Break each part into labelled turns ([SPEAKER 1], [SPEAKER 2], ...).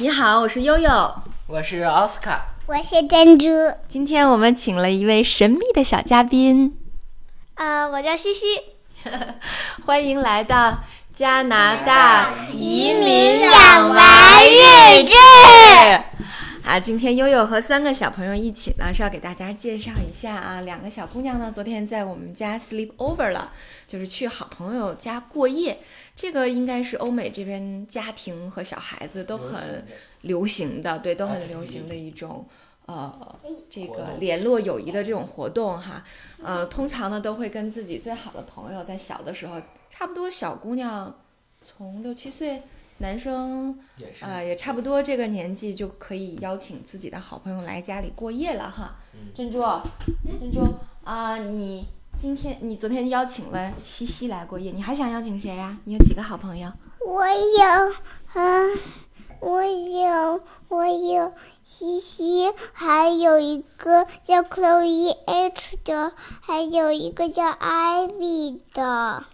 [SPEAKER 1] 你好，我是悠悠。
[SPEAKER 2] 我是奥斯卡，
[SPEAKER 3] 我是珍珠，
[SPEAKER 4] 今天我们请了一位神秘的小嘉宾，
[SPEAKER 3] 呃，我叫西西，
[SPEAKER 4] 欢迎来到加拿大
[SPEAKER 3] 移民养娃日志。
[SPEAKER 4] 啊，今天悠悠和三个小朋友一起呢，是要给大家介绍一下啊，两个小姑娘呢，昨天在我们家 sleep over 了，就是去好朋友家过夜。这个应该是欧美这边家庭和小孩子都很流行的，啊对，都很流行的一种呃这个联络友谊的这种活动哈。呃，通常呢都会跟自己最好的朋友在小的时候，差不多小姑娘从六七岁，男生
[SPEAKER 2] 也是
[SPEAKER 4] 啊、也差不多这个年纪就可以邀请自己的好朋友来家里过夜了哈。
[SPEAKER 2] 嗯
[SPEAKER 4] 珍珠，珍珠啊、你今天你昨天邀请了西西来过夜，你还想邀请谁呀、你有几个好朋友？
[SPEAKER 3] 我有，嗯、我有，我有西西，还有一个叫 Chloe H 的，还有一个叫 Ivy 的，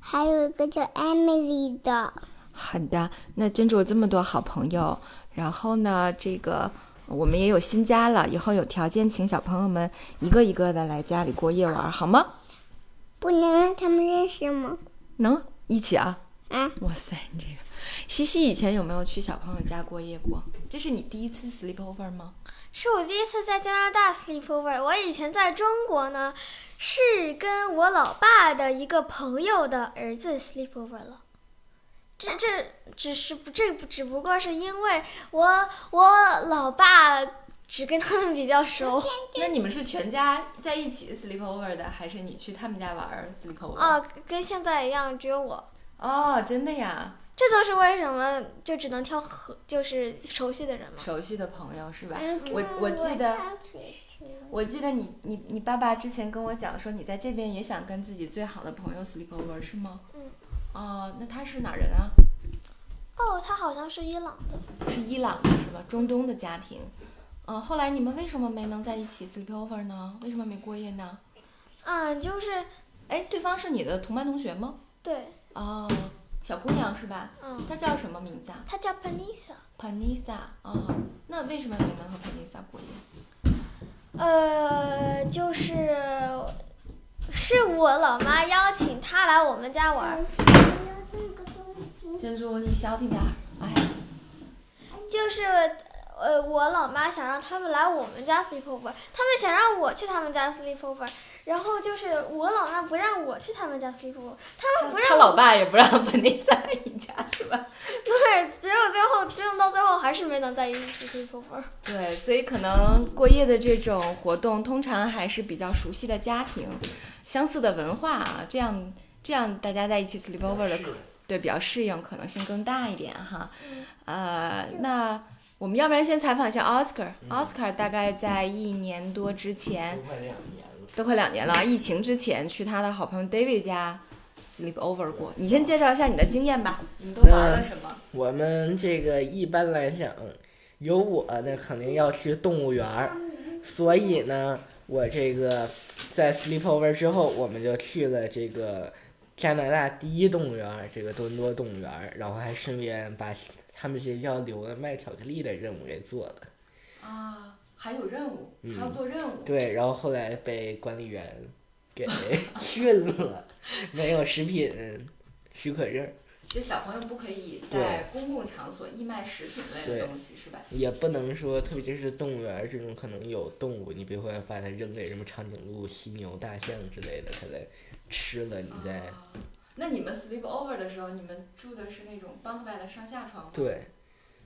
[SPEAKER 3] 还有一个叫 Emily 的。
[SPEAKER 4] 好的，那珍珠有这么多好朋友，然后呢，这个我们也有新家了，以后有条件请小朋友们一个一个的来家里过夜玩儿，好吗？
[SPEAKER 3] 不能让他们认识吗？
[SPEAKER 4] 能一起啊？
[SPEAKER 3] 啊，
[SPEAKER 4] 哇塞，你这个西西以前有没有去小朋友家过夜过？这是你第一次 sleepover 吗？
[SPEAKER 5] 是我第一次在加拿大 sleepover。我以前在中国呢，是跟我老爸的一个朋友的儿子 sleepover 了。这这只是不这不只不过是因为我我老爸只跟他们比较熟
[SPEAKER 4] 那你们是全家在一起 sleepover 的，还是你去他们家玩儿 sleepover？
[SPEAKER 5] 哦，跟现在一样，只有我。
[SPEAKER 4] 哦，真的呀，
[SPEAKER 5] 这就是为什么就只能挑合就是熟悉的人嘛。
[SPEAKER 4] 熟悉的朋友是吧？
[SPEAKER 5] 嗯
[SPEAKER 4] 我嗯我记得。我记得你你你爸爸之前跟我讲说，你在这边也想跟自己最好的朋友 sleepover 是吗？
[SPEAKER 5] 嗯。
[SPEAKER 4] 哦、那他是哪儿人啊？
[SPEAKER 5] 哦，他好像是伊朗的。
[SPEAKER 4] 是伊朗的是吧？中东的家庭。嗯、后来你们为什么没能在一起 sleepover 呢？为什么没过夜呢？
[SPEAKER 5] 嗯，就是
[SPEAKER 4] 哎，对方是你的同班同学吗？
[SPEAKER 5] 对，
[SPEAKER 4] 哦，小姑娘是吧？
[SPEAKER 5] 嗯，
[SPEAKER 4] 她叫什么名字啊
[SPEAKER 5] 他叫 Panisa。
[SPEAKER 4] ？Panisa 啊、那为什么没能和 Panisa 过夜？
[SPEAKER 5] 呃，就是是我老妈邀请她来我们家玩儿，
[SPEAKER 4] 珍珠，你小点点儿。哎呀，
[SPEAKER 5] 就是呃，我老妈想让他们来我们家 sleepover，他们想让我去他们家 sleepover，然后就是我老妈不让我去他们家 sleepover，他们不
[SPEAKER 4] 她
[SPEAKER 5] 让，
[SPEAKER 4] 老爸也不让 Panisa 一家是吧？
[SPEAKER 5] 对，只有最后，真的到最后还是没能在一起 sleepover。
[SPEAKER 4] 对，所以可能过夜的这种活动，通常还是比较熟悉的家庭、相似的文化啊，这样这样大家在一起 sleepover 的可对比较适应，可能性更大一点哈。呃，那我们要不然先采访一下 Oscar，Oscar、Oscar 大概在一年多之前，
[SPEAKER 2] 都快两年了。
[SPEAKER 4] 都快两年了，疫情之前去他的好朋友 David 家 sleepover 过。你先介绍一下你的经验吧，你们都玩了什么？
[SPEAKER 2] 我们这个一般来讲，有我呢肯定要去动物园儿，所以呢，我这个在 sleepover 之后，我们就去了这个加拿大第一动物园儿，这个多伦多动物园儿，然后还顺便把他们学校留的卖巧克力的任务给做了。
[SPEAKER 4] 啊，还有任务，还要做任务。
[SPEAKER 2] 对，然后后来被管理员 给训了，没有食品许可证儿，
[SPEAKER 4] 就小朋友不可以在公共场所义卖食品类的
[SPEAKER 2] 对
[SPEAKER 4] 东西，是吧？
[SPEAKER 2] 也不能说，特别是动物园儿这种可能有动物，你比如说把它扔给什么长颈鹿、犀牛、大象之类的，可能吃了你再、
[SPEAKER 4] 啊那你们 sleep over 的时候，你们住的是那种 bunk bed 的上下床吗？
[SPEAKER 2] 对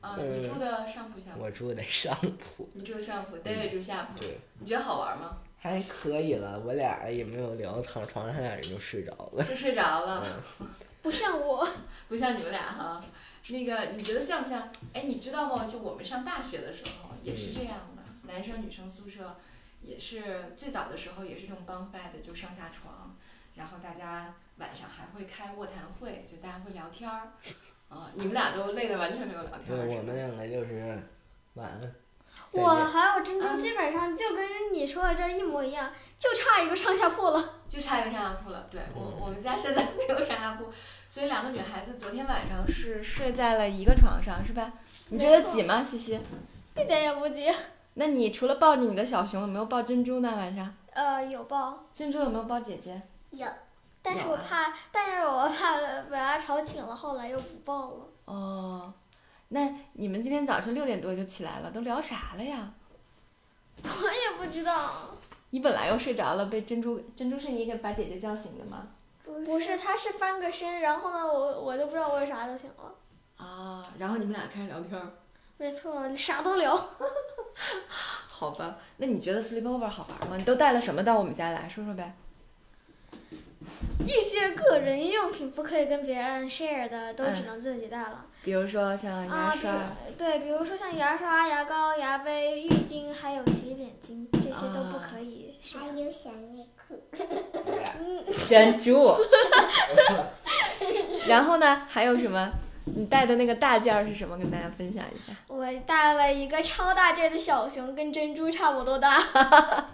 [SPEAKER 4] 啊，
[SPEAKER 2] 嗯
[SPEAKER 4] 你住的上铺下铺？
[SPEAKER 2] 我住在上铺，
[SPEAKER 4] 你住的上铺，David 住下铺。
[SPEAKER 2] 嗯对，
[SPEAKER 4] 你觉得好玩吗？
[SPEAKER 2] 还可以了，我俩也没有聊，躺床上俩人就睡着了。
[SPEAKER 4] 就睡着了，
[SPEAKER 5] 不像我，
[SPEAKER 4] 不像你们俩哈。那个，你觉得像不像？哎，你知道吗？就我们上大学的时候也是这样的，男生女生宿舍也是最早的时候也是这种 bunk bed，就上下床，然后大家晚上还会开卧谈会，就大家会聊天儿。啊、你们俩都累得完全没有聊天
[SPEAKER 2] 对，
[SPEAKER 4] 儿。是吧
[SPEAKER 2] 我们两个就是晚安，再
[SPEAKER 5] 我
[SPEAKER 2] 见。
[SPEAKER 5] 还有珍珠
[SPEAKER 4] 嗯
[SPEAKER 5] 基本上就跟你说的这一模一样，就差一个上下铺了。
[SPEAKER 4] 就差一个上下铺了。对我，我们家现在没有上下铺，所以两个女孩子昨天晚上是睡在了一个床上，是吧？你觉得
[SPEAKER 5] 没错
[SPEAKER 4] 挤吗，西西？
[SPEAKER 5] 一点也不急。
[SPEAKER 4] 那你除了抱着你的小熊，有没有抱珍珠呢？晚上
[SPEAKER 5] 呃，有抱，
[SPEAKER 4] 珍珠有没有抱姐姐？
[SPEAKER 5] 有，但是
[SPEAKER 4] 有
[SPEAKER 5] 我
[SPEAKER 4] 啊
[SPEAKER 5] 怕，但是我怕把它吵醒了，后来又不抱了。
[SPEAKER 4] 哦，那你们今天早上六点多就起来了，都聊啥了呀？
[SPEAKER 5] 我也不知道，
[SPEAKER 4] 你本来又睡着了，被珍珠 珍珠是你给把姐姐叫醒的吗？
[SPEAKER 5] 不是，他是翻个身，然后呢，我我都不知道我有啥就行了。
[SPEAKER 4] 啊，然后你们俩开始聊天儿，
[SPEAKER 5] 没错，啥都聊。
[SPEAKER 4] 好吧？那你觉得 sleepover 好玩吗？你都带了什么到我们家来？说说呗。
[SPEAKER 5] 一些个人用品不可以跟别人 share 的，都只
[SPEAKER 4] 嗯
[SPEAKER 5] 能自己带了。
[SPEAKER 4] 比如说像牙
[SPEAKER 5] 啊，
[SPEAKER 4] 刷，
[SPEAKER 5] 比对，比如说像牙刷、牙膏、牙杯、浴巾，还有洗脸巾，这些都不
[SPEAKER 4] 啊
[SPEAKER 5] 可以 share。
[SPEAKER 3] 还有小内裤，
[SPEAKER 4] 珍珠。然后呢，还有什么？你带的那个大件儿是什么？跟大家分享一下。
[SPEAKER 5] 我带了一个超大件的小熊，跟珍珠差不多大。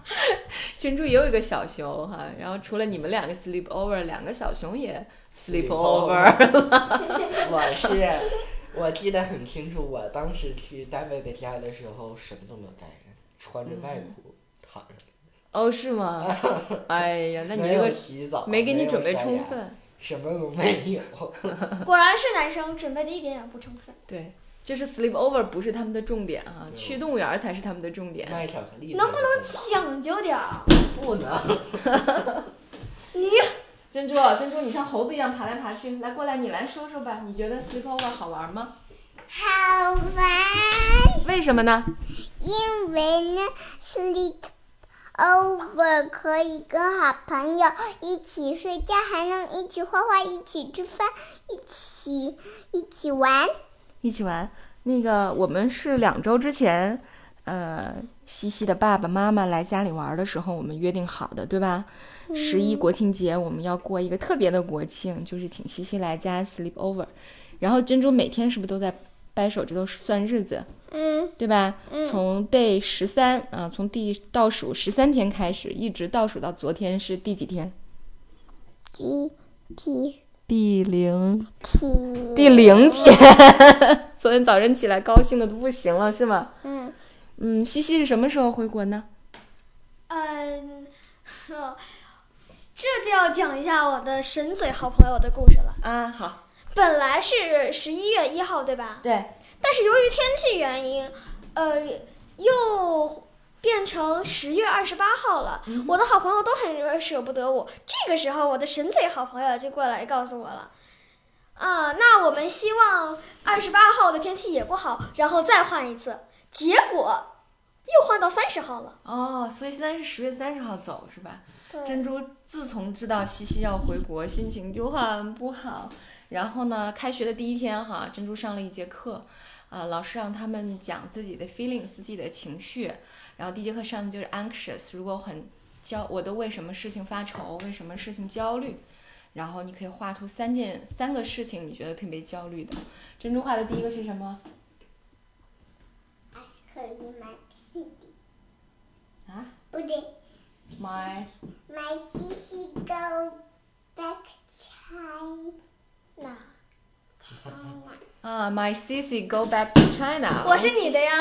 [SPEAKER 4] 珍珠也有一个小熊哈，然后除了你们两个 sleep over，两个小熊也 sleep over。
[SPEAKER 2] 我是，我记得很清楚，我当时去单位的家的时候，什么都没有带着，穿着外裤躺着，
[SPEAKER 4] 哦，是吗？ 哎呀，那你
[SPEAKER 2] 没
[SPEAKER 4] 这
[SPEAKER 2] 有
[SPEAKER 4] 个
[SPEAKER 2] 洗澡，
[SPEAKER 4] 没给你
[SPEAKER 2] 有
[SPEAKER 4] 准备
[SPEAKER 2] 刷
[SPEAKER 4] 充
[SPEAKER 2] 牙，
[SPEAKER 4] 分。
[SPEAKER 2] 什么都 没有。
[SPEAKER 5] 果然是男生，准备的一点也不充分。
[SPEAKER 4] 对，就是 sleep over 不是他们的重点啊，
[SPEAKER 2] 对
[SPEAKER 4] 去动物园儿才是他们的重点。
[SPEAKER 2] 卖巧克力
[SPEAKER 5] 能
[SPEAKER 2] 不能？
[SPEAKER 5] 讲究点儿，
[SPEAKER 2] 不能。
[SPEAKER 5] 你
[SPEAKER 4] 珍珠，珍珠，你像猴子一样爬来爬去，来过来，你来说说吧，你觉得 sleep over 好玩吗？
[SPEAKER 3] 好玩。
[SPEAKER 4] 为什么呢？
[SPEAKER 3] 因为呢，sleep over 可以跟好朋友一起睡觉，还能一起画画，一起吃饭，一起一起玩。
[SPEAKER 4] 一起玩。那个，我们是两周之前，呃，西西的爸爸妈妈来家里玩的时候，我们约定好的，对吧？十一国庆节我们要过一个特别的国庆，就是请西西来家 sleep over。然后珍珠每天是不是都在掰手指头算日子？
[SPEAKER 3] 嗯，
[SPEAKER 4] 对吧？
[SPEAKER 3] 嗯
[SPEAKER 4] 从 day 十三啊，从第倒数十三天开始，一直倒数到昨天是第几天？
[SPEAKER 3] 踢踢
[SPEAKER 4] 第零
[SPEAKER 3] 踢。
[SPEAKER 4] 第零天。 昨天早晨起来高兴的都不行了，是吗？
[SPEAKER 3] 嗯，
[SPEAKER 4] 嗯，西西是什么时候回国呢？
[SPEAKER 5] 嗯，呵这就要讲一下我的神嘴好朋友的故事了。
[SPEAKER 4] 啊，好，
[SPEAKER 5] 本来是十一月一号，对吧？
[SPEAKER 4] 对，
[SPEAKER 5] 但是由于天气原因，呃，又变成十月二十八号了。我的好朋友都很舍不得我。这个时候，我的神嘴好朋友就过来告诉我了。啊，那我们希望二十八号的天气也不好，然后再换一次。结果又换到三十号了。
[SPEAKER 4] 哦，所以现在是十月三十号走是吧？
[SPEAKER 5] 对，
[SPEAKER 4] 珍珠自从知道西西要回国，心情就很不好。然后呢，开学的第一天哈，珍珠上了一节课，呃，老师让他们讲自己的 feelings，自己的情绪。然后第一节课上的就是 anxious，如果很焦，我都为什么事情发愁，为什么事情焦虑。然后你可以画出三件三个事情，你觉得特别焦虑的。珍珠画的第一个是什么
[SPEAKER 3] 还是可以买。嗯
[SPEAKER 4] 啊
[SPEAKER 3] 不对，
[SPEAKER 4] ？My
[SPEAKER 3] 买西西 go back China
[SPEAKER 5] 那
[SPEAKER 3] China。
[SPEAKER 4] 啊、m y Sissy go back to China。
[SPEAKER 5] 我是你的呀，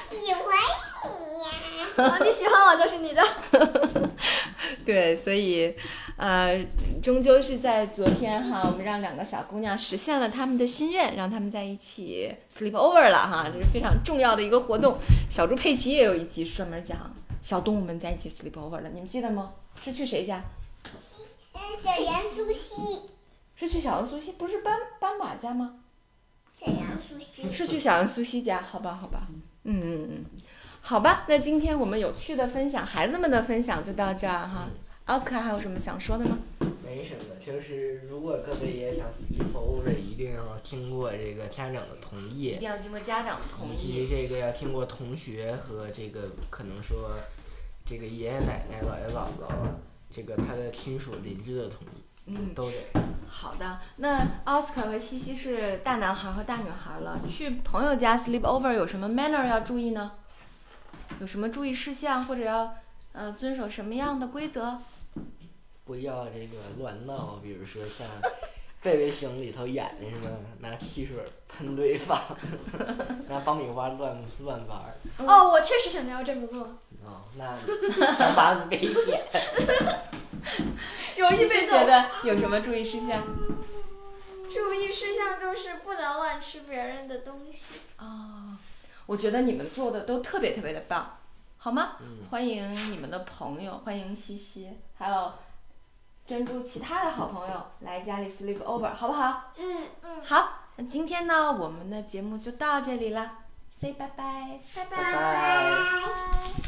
[SPEAKER 3] 喜欢你呀、
[SPEAKER 5] 啊你喜欢我就是你的。
[SPEAKER 4] 对，所以，呃，终究是在昨天哈，我们让两个小姑娘实现了她们的心愿，让她们在一起 sleep over 了哈，这是非常重要的一个活动。小猪佩奇也有一集是专门讲小动物们在一起 sleep over 的，你们记得吗？是去谁家？
[SPEAKER 3] 嗯，小羊苏西，
[SPEAKER 4] 是去小羊苏西，不是斑斑马家吗？
[SPEAKER 3] 小羊苏西。
[SPEAKER 4] 是去小羊苏西家，好吧，好吧，嗯嗯嗯，好吧，那今天我们有趣的分享，孩子们的分享就到这儿哈。奥斯卡还有什么想说的吗？
[SPEAKER 2] 没什么，就是如果各位也想 sleep over，一定要经过这个家长的同意，
[SPEAKER 4] 定要经过家长的
[SPEAKER 2] 以及这个要经过同学和这个可能说这个爷爷奶奶、姥爷姥姥这个他的亲属邻居的同意。
[SPEAKER 4] 嗯，
[SPEAKER 2] 都得。
[SPEAKER 4] 好的。那 Oscar 和西西是大男孩和大女孩了，去朋友家 sleep over 有什么 manner 要注意呢？有什么注意事项或者要呃遵守什么样的规则？
[SPEAKER 2] 不要这个乱闹，比如说像《贝贝熊》里头演的是吧？拿汽水喷对方， 拿爆米花乱乱玩儿，
[SPEAKER 5] 哦，我确实想要这么做，
[SPEAKER 2] 哦，那想法危险。
[SPEAKER 5] 容易
[SPEAKER 4] 西西
[SPEAKER 5] 被
[SPEAKER 4] 觉
[SPEAKER 5] 揍。
[SPEAKER 4] 得有什么注意事项？
[SPEAKER 5] 注意事项就是不能乱吃别人的东西。
[SPEAKER 4] 哦，我觉得你们做的都特别特别的棒，好吗？
[SPEAKER 2] 嗯
[SPEAKER 4] 欢迎你们的朋友，欢迎西西，还有珍珠其他的好朋友来家里 sleep over，好不好？
[SPEAKER 5] 嗯嗯，
[SPEAKER 4] 好，那今天呢，我们的节目就到这里啦，say 拜拜。
[SPEAKER 5] 拜
[SPEAKER 2] 拜拜
[SPEAKER 5] 拜